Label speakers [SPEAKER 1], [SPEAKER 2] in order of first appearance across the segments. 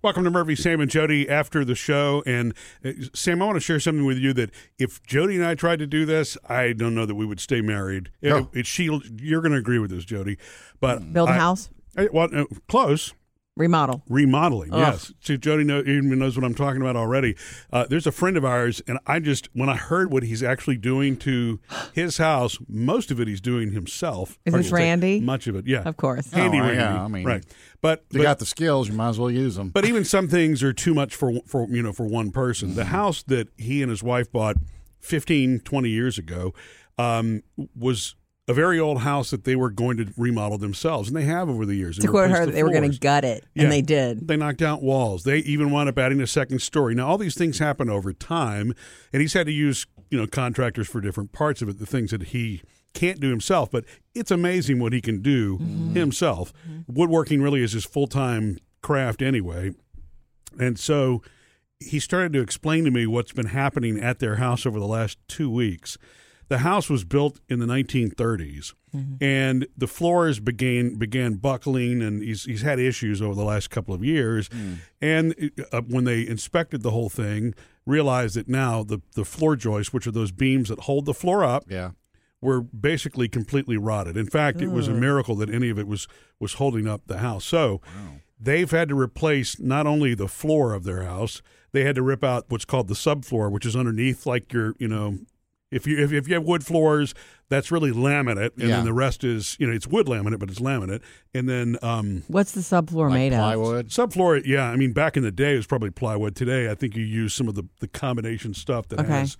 [SPEAKER 1] Welcome to Murphy, Sam, and Jody after the show. And uh, Sam, I want to share something with you that if Jody and I tried to do this, I don't know that we would stay married. It-
[SPEAKER 2] No.
[SPEAKER 1] it- she, you're going to agree with this, Jody. But
[SPEAKER 3] Mm. Build a
[SPEAKER 1] I-
[SPEAKER 3] house,
[SPEAKER 1] I- well, no, close
[SPEAKER 3] remodel.
[SPEAKER 1] remodeling.
[SPEAKER 3] Ugh.
[SPEAKER 1] Yes, see, Jody know, even knows what I'm talking about already. Uh, there's a friend of ours, and I just when I heard what he's actually doing to his house, most of it he's doing himself.
[SPEAKER 3] Is
[SPEAKER 1] Or I
[SPEAKER 3] this
[SPEAKER 1] should say,
[SPEAKER 3] Randy?
[SPEAKER 1] Much of it, yeah,
[SPEAKER 3] Of course.
[SPEAKER 1] Handy
[SPEAKER 2] Oh,
[SPEAKER 1] Randy,
[SPEAKER 2] yeah, I mean-
[SPEAKER 1] right? But,
[SPEAKER 2] They
[SPEAKER 1] but
[SPEAKER 2] got the skills. You might as well use them.
[SPEAKER 1] but even some things are too much for for you know for one person.
[SPEAKER 3] Mm-hmm.
[SPEAKER 1] The house that he and his wife bought 15, 20 years ago um, was a very old house that they were going to remodel themselves, and they have over the years.
[SPEAKER 3] To quote
[SPEAKER 1] replaced
[SPEAKER 3] her,
[SPEAKER 1] the
[SPEAKER 3] they were going
[SPEAKER 1] floors.
[SPEAKER 3] to gut it,
[SPEAKER 1] Yeah.
[SPEAKER 3] and they did.
[SPEAKER 1] They knocked out walls. They even wound up adding a second story. Now all these things happen over time, and he's had to use you know contractors for different parts of it, the things that he can't do himself. But it's amazing what he can do
[SPEAKER 3] Mm-hmm.
[SPEAKER 1] himself. Woodworking really is his full time craft anyway, and so he started to explain to me what's been happening at their house over the last two weeks. The house was built in the 1930s, and the floors began began buckling, and he's he's had issues over the last couple of years. And uh, when they inspected the whole thing, realized that now the the floor joists, which are those beams that hold the floor up,
[SPEAKER 2] yeah.
[SPEAKER 1] were basically completely rotted. In fact, it was a miracle that any of it was was holding up the house. So they've had to replace not only the floor of their house, they had to rip out what's called the subfloor, which is underneath like your, you know, if you if, if you have wood floors, that's really laminate, and
[SPEAKER 2] Yeah.
[SPEAKER 1] then the rest is you know it's wood laminate, but it's laminate, and then um,
[SPEAKER 3] What's the subfloor
[SPEAKER 2] Like
[SPEAKER 3] made of?
[SPEAKER 2] plywood.
[SPEAKER 1] subfloor. Yeah, I mean back in the day it was probably plywood. Today I think you use some of the the combination stuff that
[SPEAKER 3] Okay.
[SPEAKER 1] has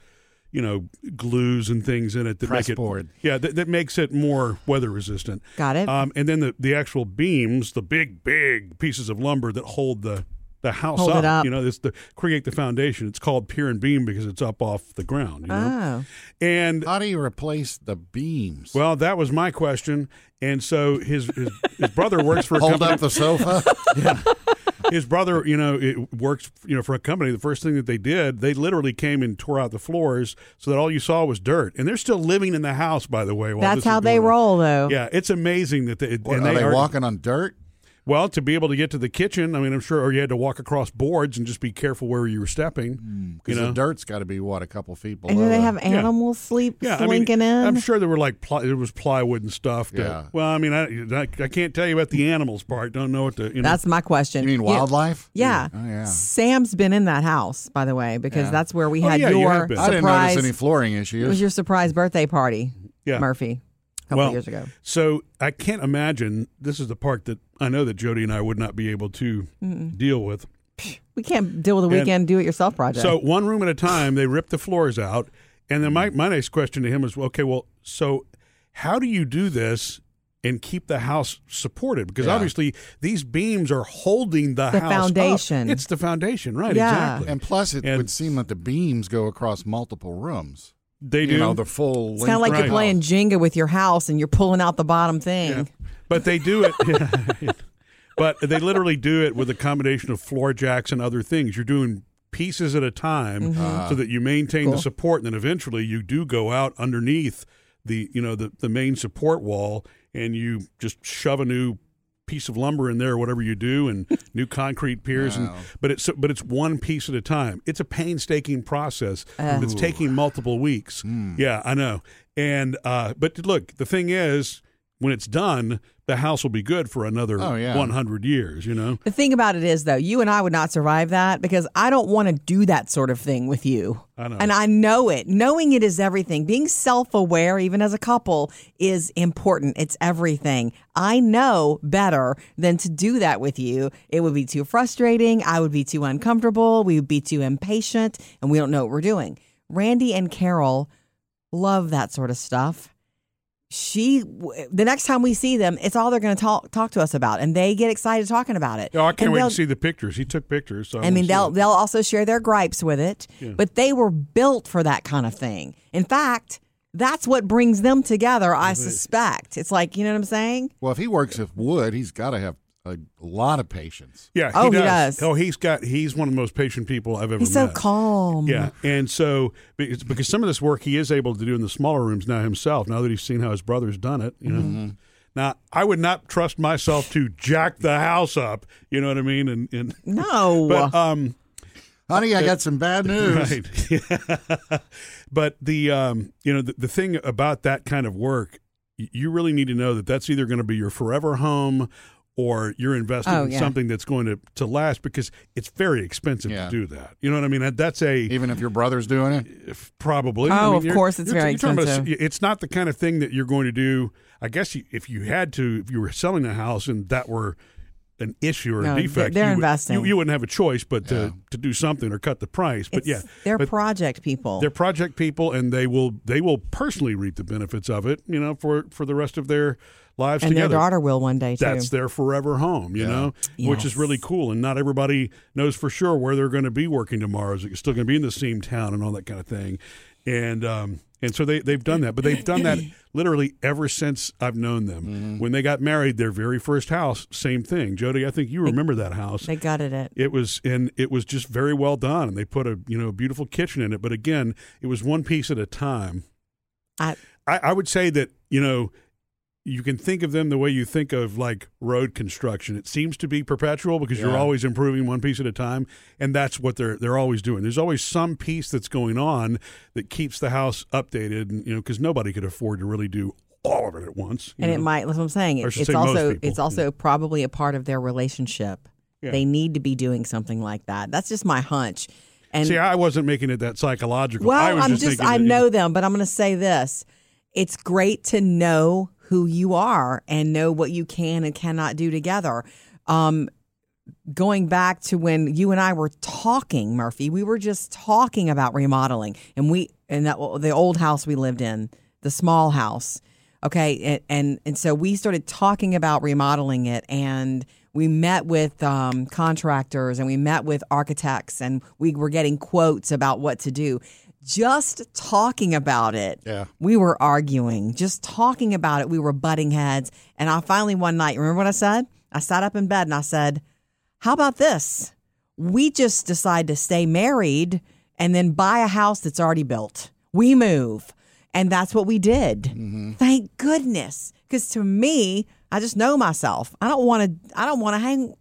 [SPEAKER 1] you know glues and things in it that
[SPEAKER 2] Press
[SPEAKER 1] make it
[SPEAKER 2] board.
[SPEAKER 1] yeah, that, that makes it more weather resistant.
[SPEAKER 3] Got it.
[SPEAKER 1] Um, and then the, the actual beams, the big, big pieces of lumber that hold the, the house
[SPEAKER 3] Hold it up.
[SPEAKER 1] You know, this the create the foundation. It's called pier and beam because it's up off the ground. You know?
[SPEAKER 3] oh,
[SPEAKER 1] And
[SPEAKER 2] How do you replace the beams?
[SPEAKER 1] well, that was my question. And so his his, his brother works for a
[SPEAKER 2] Hold
[SPEAKER 1] company.
[SPEAKER 2] up the sofa.
[SPEAKER 1] his brother, you know, it works, you know, for a company. The first thing that they did, they literally came and tore out the floors so that all you saw was dirt. And they're still living in the house, by the way. while
[SPEAKER 3] that's
[SPEAKER 1] this is
[SPEAKER 3] how they
[SPEAKER 1] going on.
[SPEAKER 3] roll, though.
[SPEAKER 1] Yeah, it's amazing that they
[SPEAKER 2] What,
[SPEAKER 1] and
[SPEAKER 2] are they
[SPEAKER 1] are-
[SPEAKER 2] walking on dirt?
[SPEAKER 1] Well, to be able to get to the kitchen, I mean, I'm sure, or you had to walk across boards and just be careful where you were
[SPEAKER 3] Mm.
[SPEAKER 1] stepping. you
[SPEAKER 2] Because
[SPEAKER 1] know,
[SPEAKER 2] the dirt's got to be what a couple feet below.
[SPEAKER 3] And do they
[SPEAKER 2] the-
[SPEAKER 3] have animals sleep
[SPEAKER 1] uh, yeah, I mean,
[SPEAKER 3] slinking in?
[SPEAKER 1] I'm sure there were like ply, there was plywood and stuff. to-
[SPEAKER 2] Yeah.
[SPEAKER 1] Well, I mean, I, I I can't tell you about the animals part. Don't know what to. You know,
[SPEAKER 3] That's my question.
[SPEAKER 2] You mean
[SPEAKER 3] Yeah.
[SPEAKER 2] wildlife?
[SPEAKER 3] Yeah.
[SPEAKER 2] Oh yeah.
[SPEAKER 3] Sam's been in that house, by the way, because that's where we
[SPEAKER 1] Oh,
[SPEAKER 3] had
[SPEAKER 1] yeah, you
[SPEAKER 3] your
[SPEAKER 1] have been.
[SPEAKER 2] I didn't notice
[SPEAKER 3] surprise.
[SPEAKER 2] any flooring
[SPEAKER 3] It was
[SPEAKER 2] issues.
[SPEAKER 3] your surprise birthday party,
[SPEAKER 1] yeah.
[SPEAKER 3] Murphy, a couple
[SPEAKER 1] Well,
[SPEAKER 3] years ago.
[SPEAKER 1] So I can't imagine. This is the part that I know that Jody and I would not be able to deal with.
[SPEAKER 3] We can't deal with a
[SPEAKER 1] And-
[SPEAKER 3] weekend do it yourself project.
[SPEAKER 1] So one room at a time, they ripped the floors out. And then my, my next question to him was, okay, well, so how do you do this and keep the house supported? Because
[SPEAKER 2] Yeah.
[SPEAKER 1] obviously these beams are holding the,
[SPEAKER 3] The
[SPEAKER 1] house up.
[SPEAKER 3] foundation.
[SPEAKER 1] It's the foundation, right?
[SPEAKER 3] Yeah.
[SPEAKER 1] Exactly.
[SPEAKER 2] And plus, it
[SPEAKER 1] And-
[SPEAKER 2] would seem that the beams go across multiple rooms.
[SPEAKER 1] they
[SPEAKER 2] You
[SPEAKER 1] do.
[SPEAKER 2] know, the full.
[SPEAKER 3] it's kind of like
[SPEAKER 1] right.
[SPEAKER 3] you're playing Jenga with your house and you're pulling out the bottom thing.
[SPEAKER 1] Yeah. But they do it. but they literally do it with a combination of floor jacks and other things. You're doing pieces at a time so that you maintain the
[SPEAKER 3] Mm-hmm. Cool.
[SPEAKER 1] support, and then eventually you do go out underneath the you know the the main support wall, and you just shove a new piece of lumber in there, whatever you do, and new concrete piers.
[SPEAKER 2] Wow.
[SPEAKER 1] And but it's but it's one piece at a time. It's a painstaking process that's taking multiple weeks. Yeah, I know. And uh, but look, the thing is, when it's done, the house will be good for another
[SPEAKER 2] Oh, yeah.
[SPEAKER 1] 100 years. You know.
[SPEAKER 3] The thing about it is, though, you and I would not survive that because I don't want to do that sort of thing with you.
[SPEAKER 1] I know.
[SPEAKER 3] And I know it. Knowing it is everything. Being self aware, even as a couple, is important. It's everything. I know better than to do that with you. It would be too frustrating. I would be too uncomfortable. We would be too impatient, and we don't know what we're doing. Randy and Carol love that sort of stuff she w- the next time we see them it's all they're going to talk talk to us about and they get excited talking about it
[SPEAKER 1] Oh, I can't
[SPEAKER 3] And
[SPEAKER 1] wait
[SPEAKER 3] they'll-
[SPEAKER 1] to see the pictures. He took pictures. So
[SPEAKER 3] I mean, they'll
[SPEAKER 1] wanna see
[SPEAKER 3] they'll also share their gripes with it, but they were built for that kind of thing. In fact, that's what brings them together. I suspect it's like you know what I'm saying.
[SPEAKER 2] Well, if he works with wood, he's got to have a lot of patience.
[SPEAKER 1] it. yeah. He
[SPEAKER 3] Oh, he
[SPEAKER 1] does.
[SPEAKER 3] does.
[SPEAKER 1] Oh, he's got. He's one of the most patient people I've ever.
[SPEAKER 3] He's so
[SPEAKER 1] met.
[SPEAKER 3] calm.
[SPEAKER 1] Yeah, and so because
[SPEAKER 3] Mm-hmm.
[SPEAKER 1] because some of this work he is able to do in the smaller rooms now himself. Now that he's seen how his brother's done it, you know. Now, I would not trust myself to jack the house up. You know what I mean? And, and
[SPEAKER 3] No.
[SPEAKER 1] but um,
[SPEAKER 2] Honey, I got some bad news.
[SPEAKER 1] Right. but the um, you know the, the thing about that kind of work, y- you really need to know that that's either going to be your forever home or you're investing
[SPEAKER 3] Oh,
[SPEAKER 1] in
[SPEAKER 3] yeah.
[SPEAKER 1] something that's going to, to last because it's very expensive
[SPEAKER 2] Yeah.
[SPEAKER 1] to do that. You know what I mean? That- That's a
[SPEAKER 2] Even if your brother's doing it.
[SPEAKER 1] if- probably.
[SPEAKER 3] Oh,
[SPEAKER 1] I mean,
[SPEAKER 3] of
[SPEAKER 1] you're-
[SPEAKER 3] course it's
[SPEAKER 1] you're-
[SPEAKER 3] very
[SPEAKER 1] you're talking about a-
[SPEAKER 3] expensive.
[SPEAKER 1] it's not the kind of thing that you're going to do. I guess you, if you had to, if you were selling a house and that were an issue or
[SPEAKER 3] No,
[SPEAKER 1] a
[SPEAKER 3] they're-
[SPEAKER 1] defect,
[SPEAKER 3] they're
[SPEAKER 1] you, would-
[SPEAKER 3] investing.
[SPEAKER 1] you, you wouldn't have a choice but to, to do something or cut the price. But
[SPEAKER 3] It's-
[SPEAKER 1] yeah,
[SPEAKER 3] they're
[SPEAKER 1] but-
[SPEAKER 3] project people.
[SPEAKER 1] they're project people, and they will they will personally reap the benefits of it. You know, for for the rest of their lives
[SPEAKER 3] and their
[SPEAKER 1] together.
[SPEAKER 3] daughter will one day too.
[SPEAKER 1] That's their forever home. You know, which is
[SPEAKER 3] Yes.
[SPEAKER 1] really cool. And not everybody knows for sure where they're going to be working tomorrow. Is it still going to be in the same town and all that kind of thing? And um, and so they they've done that, but they've done that literally ever since I've known them. When they got married, their very first house, same thing. Jody, I think you remember that house
[SPEAKER 3] they gutted it.
[SPEAKER 1] it was and it was just very well done and they put a you know a beautiful kitchen in it but again it was one piece at a time
[SPEAKER 3] I,
[SPEAKER 1] i, I would say that you know you can think of them the way you think of like road construction it seems to be perpetual because you're
[SPEAKER 2] Yeah.
[SPEAKER 1] always improving one piece at a time and that's what they're they're always doing there's always some piece that's going on that keeps the house updated and you know because nobody could afford to really do all of it at once you
[SPEAKER 3] and it
[SPEAKER 1] know?
[SPEAKER 3] might. That's what I'm saying.
[SPEAKER 1] Or I
[SPEAKER 3] It,
[SPEAKER 1] should
[SPEAKER 3] it's
[SPEAKER 1] say most
[SPEAKER 3] also
[SPEAKER 1] people,
[SPEAKER 3] it's
[SPEAKER 1] yeah.
[SPEAKER 3] also probably a part of their relationship.
[SPEAKER 1] Yeah.
[SPEAKER 3] They need to be doing something like that. That's just my hunch. And
[SPEAKER 1] see i wasn't making it that psychological
[SPEAKER 3] well,
[SPEAKER 1] I was
[SPEAKER 3] I'm
[SPEAKER 1] just,
[SPEAKER 3] just,
[SPEAKER 1] thinking
[SPEAKER 3] I
[SPEAKER 1] that, you
[SPEAKER 3] know them, but I'm going to say this: it's great to know who you are and know what you can and cannot do together. Um, going back to when you and I were talking, Murphy, we were just talking about remodeling, and we and that the old house we lived in, the small house. Okay, and and, and so we started talking about remodeling it, and we met with um, contractors and we met with architects, and we were getting quotes about what to do. Just talking about it,
[SPEAKER 2] Yeah.
[SPEAKER 3] we were arguing, just talking about it. We were butting heads. And I finally, one night, remember what I said? I sat up in bed and I said, How about this? We just decide to stay married and then buy a house that's already built. We move. And that's what we did. Thank goodness. Because to me, I just know myself. I don't want to, I don't want to hang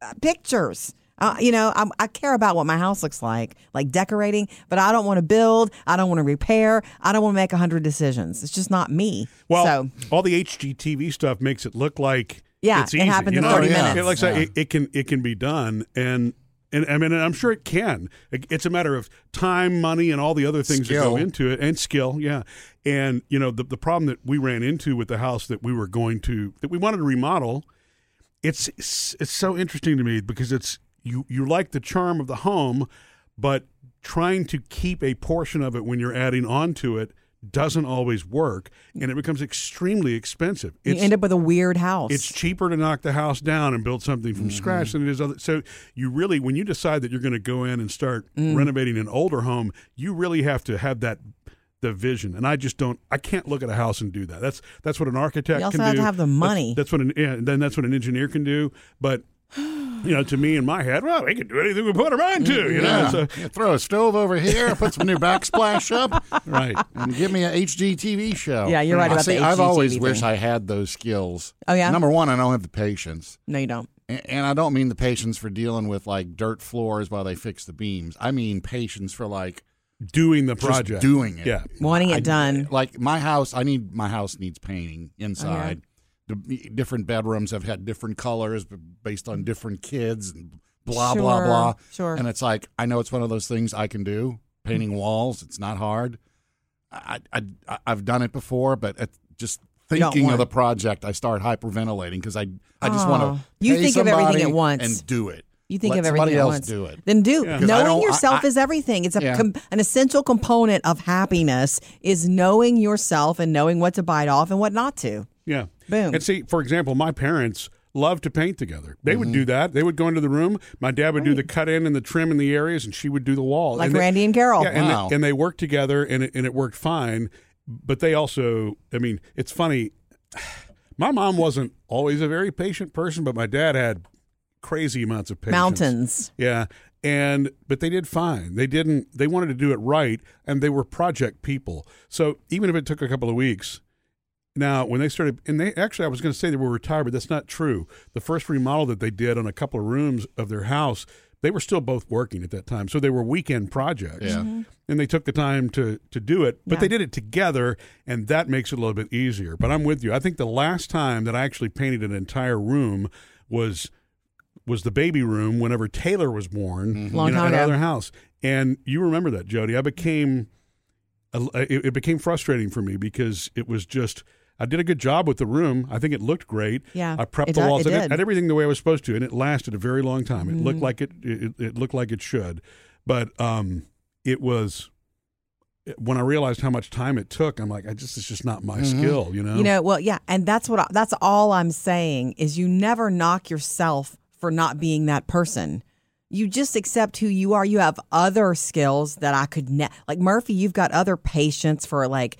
[SPEAKER 3] uh, pictures. Uh, you know, I'm, I care about what my house looks like, like decorating, but I don't want to build. I don't want to repair. I don't want to make a hundred decisions. It's just not me.
[SPEAKER 1] Well,
[SPEAKER 3] so
[SPEAKER 1] all the HGTV stuff makes it look like
[SPEAKER 3] Yeah,
[SPEAKER 1] it's
[SPEAKER 3] it
[SPEAKER 1] easy.
[SPEAKER 3] happens in
[SPEAKER 1] you know?
[SPEAKER 2] 30
[SPEAKER 1] It-
[SPEAKER 2] minutes.
[SPEAKER 1] It, looks like
[SPEAKER 2] Yeah.
[SPEAKER 1] it, it can it can be done, and and I mean, and I'm sure it can. It- It's a matter of time, money, and all the other things that go
[SPEAKER 2] Skill.
[SPEAKER 1] into it, and skill. Yeah, and you know the the problem that we ran into with the house that we were going to that we wanted to remodel. It's it's, it's so interesting to me because it's you you like the charm of the home, but trying to keep a portion of it when you're adding on to it doesn't always work and it becomes extremely expensive.
[SPEAKER 3] you
[SPEAKER 1] It's-
[SPEAKER 3] end up with a weird house.
[SPEAKER 1] it's cheaper to knock the house down and build something
[SPEAKER 3] Mm-hmm.
[SPEAKER 1] from scratch than it is other. So you really, when you decide that you're going to go in and start
[SPEAKER 3] Mm.
[SPEAKER 1] renovating an older home, you really have to have that the vision. And I just don't. I can't look at a house and do that. That's that's what an architect
[SPEAKER 3] You also
[SPEAKER 1] can
[SPEAKER 3] have
[SPEAKER 1] do.
[SPEAKER 3] to have the
[SPEAKER 1] That's-
[SPEAKER 3] money.
[SPEAKER 1] That's, what an yeah, and then that's what an engineer can do. But you know, to me in my head, well, they can do anything we put their mind
[SPEAKER 3] Mm,
[SPEAKER 1] to. You know,
[SPEAKER 2] Yeah.
[SPEAKER 1] so,
[SPEAKER 2] Yeah, throw a stove over here, put some new backsplash up,
[SPEAKER 1] right.
[SPEAKER 2] and give me an HGTV show.
[SPEAKER 3] Yeah, you're right
[SPEAKER 2] I
[SPEAKER 3] about the
[SPEAKER 2] See, I've
[SPEAKER 3] HGTV
[SPEAKER 2] always
[SPEAKER 3] thing.
[SPEAKER 2] wished I had those skills.
[SPEAKER 3] Oh, yeah?
[SPEAKER 2] Number one, I don't have the patience.
[SPEAKER 3] no, you don't.
[SPEAKER 2] A- And I don't mean the patience for dealing with like dirt floors while they fix the beams. I mean patience for like
[SPEAKER 1] Doing the
[SPEAKER 2] just
[SPEAKER 1] project,
[SPEAKER 2] doing it.
[SPEAKER 1] Yeah.
[SPEAKER 3] Wanting it done.
[SPEAKER 2] Like my house, I need my house needs painting inside.
[SPEAKER 3] Uh-huh.
[SPEAKER 2] The different bedrooms have had different colors b- based on different kids and blah blah
[SPEAKER 3] Sure,
[SPEAKER 2] blah.
[SPEAKER 3] sure.
[SPEAKER 2] And it's like I know it's one of those things I can do. Painting walls, it's not hard. I, I I- I've done it before, but it, just
[SPEAKER 3] don't
[SPEAKER 2] thinking
[SPEAKER 3] want-
[SPEAKER 2] of the project, I start hyperventilating because I I just
[SPEAKER 3] Aw.
[SPEAKER 2] want to.
[SPEAKER 3] Oh. You think of everything at once.
[SPEAKER 2] and do it.
[SPEAKER 3] You think
[SPEAKER 2] Let
[SPEAKER 3] of everything
[SPEAKER 2] somebody
[SPEAKER 3] at
[SPEAKER 2] else
[SPEAKER 3] once.
[SPEAKER 2] do it.
[SPEAKER 3] Then do.
[SPEAKER 2] Because I
[SPEAKER 3] Knowing
[SPEAKER 2] don't- I-
[SPEAKER 3] yourself
[SPEAKER 2] I-
[SPEAKER 3] is everything. It's a
[SPEAKER 2] Yeah.
[SPEAKER 3] com- an essential component of happiness is knowing yourself and knowing what to bite off and what not to.
[SPEAKER 1] Yeah.
[SPEAKER 3] Boom.
[SPEAKER 1] And see, for example, my parents loved to paint together. They
[SPEAKER 3] Mm-hmm.
[SPEAKER 1] would do that. They would go into the room. My dad would do the cut in and the trim in the areas, and she would do the wall.
[SPEAKER 3] Like
[SPEAKER 1] and they-
[SPEAKER 3] Randy and Carol.
[SPEAKER 1] Yeah, and,
[SPEAKER 2] Wow.
[SPEAKER 1] they, and they worked together, and it, and it worked fine. But they also, I mean, it's funny. My mom wasn't always a very patient person, but my dad had crazy amounts of patience.
[SPEAKER 3] Mountains.
[SPEAKER 1] Yeah. And but they did fine. They didn't they wanted to do it right and they were project people. So even if it took a couple of weeks, Now, when they started, and they actually, I was going to say they were retired, but that's not true. The first remodel that they did on a couple of rooms of their house, they were still both working at that time. So they were weekend projects.
[SPEAKER 2] Yeah.
[SPEAKER 3] Mm-hmm.
[SPEAKER 1] And they took the time to, to do it, but
[SPEAKER 3] Yeah.
[SPEAKER 1] they did it together, and that makes it a little bit easier. But I'm with you. I think the last time that I actually painted an entire room was was the baby room whenever Taylor was born
[SPEAKER 3] Mm-hmm. Long
[SPEAKER 1] in
[SPEAKER 3] time ago.
[SPEAKER 1] another house. And you remember that, Jody. I became a- it, it became frustrating for me because it was just I did a good job with the room. I think it looked great.
[SPEAKER 3] Yeah,
[SPEAKER 1] I prepped
[SPEAKER 3] it
[SPEAKER 1] the
[SPEAKER 3] do-
[SPEAKER 1] walls.
[SPEAKER 3] it
[SPEAKER 1] I did,
[SPEAKER 3] did. Mm-hmm.
[SPEAKER 1] I did everything the way I was supposed to, and it lasted a very long time. It looked like it, it it looked like it should, but um, it was eh, when I realized how much time it took. I'm like, I just it's just not my
[SPEAKER 2] Mm-hmm.
[SPEAKER 1] skill, you know.
[SPEAKER 3] You know, well, yeah, and that's what I, that's all I'm saying is you never knock yourself for not being that person. You just accept who you are. You have other skills that I could ne- like Murphy, you've got other patience for like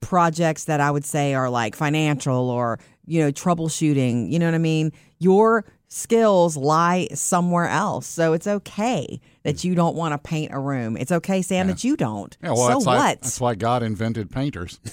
[SPEAKER 3] projects that I would say are like financial or, you know, troubleshooting, you know what I mean? Your skills lie somewhere else. So it's okay that you don't want to paint a room. It's okay, Sam, that you don't.
[SPEAKER 2] Mm. Yeah, well,
[SPEAKER 3] so
[SPEAKER 2] that's,
[SPEAKER 3] what?
[SPEAKER 2] Why, that's why God invented painters.
[SPEAKER 1] right?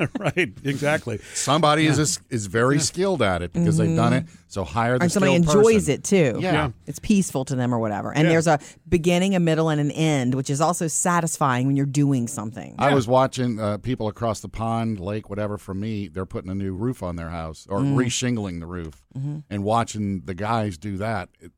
[SPEAKER 1] Exactly.
[SPEAKER 2] Somebody is is very skilled at it because they've done it. So hire the
[SPEAKER 3] or somebody
[SPEAKER 2] skilled
[SPEAKER 3] enjoys
[SPEAKER 2] person.
[SPEAKER 3] it too.
[SPEAKER 2] Yeah. Yeah.
[SPEAKER 3] It's peaceful to them or whatever. And there's a beginning, a middle, and an end, which is also satisfying when you're doing something.
[SPEAKER 2] I was watching uh, people across the pond, lake, whatever, from me. They're putting a new roof on their house or reshingling the roof, and watching the guys do that. It-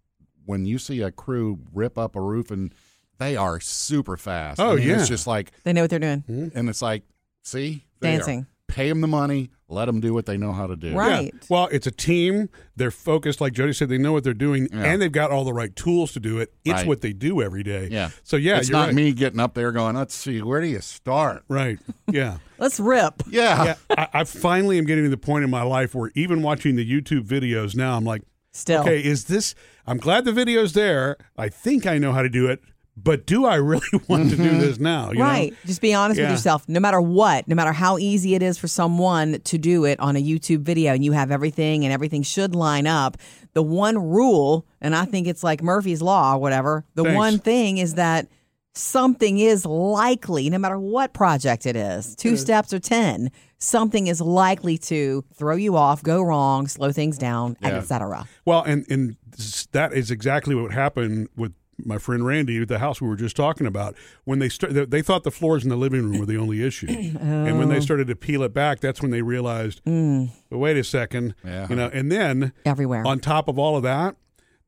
[SPEAKER 2] when you see a crew rip up a roof, and they are super fast. I
[SPEAKER 1] Oh,
[SPEAKER 2] mean,
[SPEAKER 1] yeah.
[SPEAKER 2] it's just like,
[SPEAKER 3] they know what they're doing.
[SPEAKER 2] and it's like, see, Mm-hmm. They are.
[SPEAKER 3] Dancing.
[SPEAKER 2] Pay them the money. Let them do what they know how to do.
[SPEAKER 3] Right.
[SPEAKER 1] Yeah. Well, it's a team. They're focused, like Jody said. They know what they're doing, and they've got all the right tools to do it. It's
[SPEAKER 2] Right.
[SPEAKER 1] what they do every day.
[SPEAKER 2] Yeah.
[SPEAKER 1] So yeah,
[SPEAKER 2] it's
[SPEAKER 1] you're
[SPEAKER 2] not
[SPEAKER 1] right.
[SPEAKER 2] me getting up there going, let's see, where do you start?
[SPEAKER 1] Right. Yeah.
[SPEAKER 3] Let's rip.
[SPEAKER 2] Yeah.
[SPEAKER 1] yeah, I, I finally am getting to the point in my life where even watching the YouTube videos now, I'm like,
[SPEAKER 2] Oh.
[SPEAKER 3] Still.
[SPEAKER 1] okay, is this? I'm glad the video's there. I think I know how to do it, but do I really want to
[SPEAKER 2] Mm-hmm.
[SPEAKER 1] do this now? You
[SPEAKER 3] right.
[SPEAKER 1] Know?
[SPEAKER 3] Just be honest
[SPEAKER 1] Yeah.
[SPEAKER 3] with yourself. No matter what, no matter how easy it is for someone to do it on a YouTube video and you have everything and everything should line up, the one rule, and I think it's like Murphy's Law or whatever, the
[SPEAKER 1] Thanks.
[SPEAKER 3] one thing is that something is likely, no matter what project it is, two steps or 10, something is likely to throw you off, go wrong, slow things down, and et cetera.
[SPEAKER 1] Well, and and s- that is exactly what happened with my friend Randy at the house we were just talking about. When they start, they, they thought the floors in the living room were the only issue, and when they started to peel it back, that's when they realized, "Well, wait a second,
[SPEAKER 2] Yeah.
[SPEAKER 1] you know. And then
[SPEAKER 3] Everywhere.
[SPEAKER 1] On top of all of that,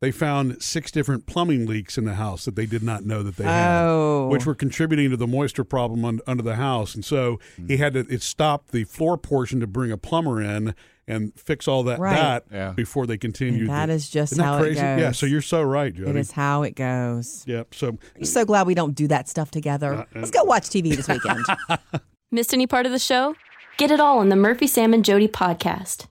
[SPEAKER 1] they found six different plumbing leaks in the house that they did not know that they
[SPEAKER 3] Oh.
[SPEAKER 1] had, which were contributing to the moisture problem un- under the house. And so he had to it stopped the floor portion to bring a plumber in and fix all that
[SPEAKER 3] Right.
[SPEAKER 1] that
[SPEAKER 2] Yeah.
[SPEAKER 1] before they continued.
[SPEAKER 3] that
[SPEAKER 1] the-
[SPEAKER 3] is just
[SPEAKER 1] Isn't that
[SPEAKER 3] how it
[SPEAKER 1] crazy? Yeah.
[SPEAKER 3] goes.
[SPEAKER 1] So you're so right, Jody.
[SPEAKER 3] It is how it goes.
[SPEAKER 1] Yep. So
[SPEAKER 3] I'm so glad we don't do that stuff together.
[SPEAKER 1] uh,
[SPEAKER 3] Let's go watch TV this weekend.
[SPEAKER 4] Missed any part of the show? Get it all on the Murphy, Sam, and Jody podcast.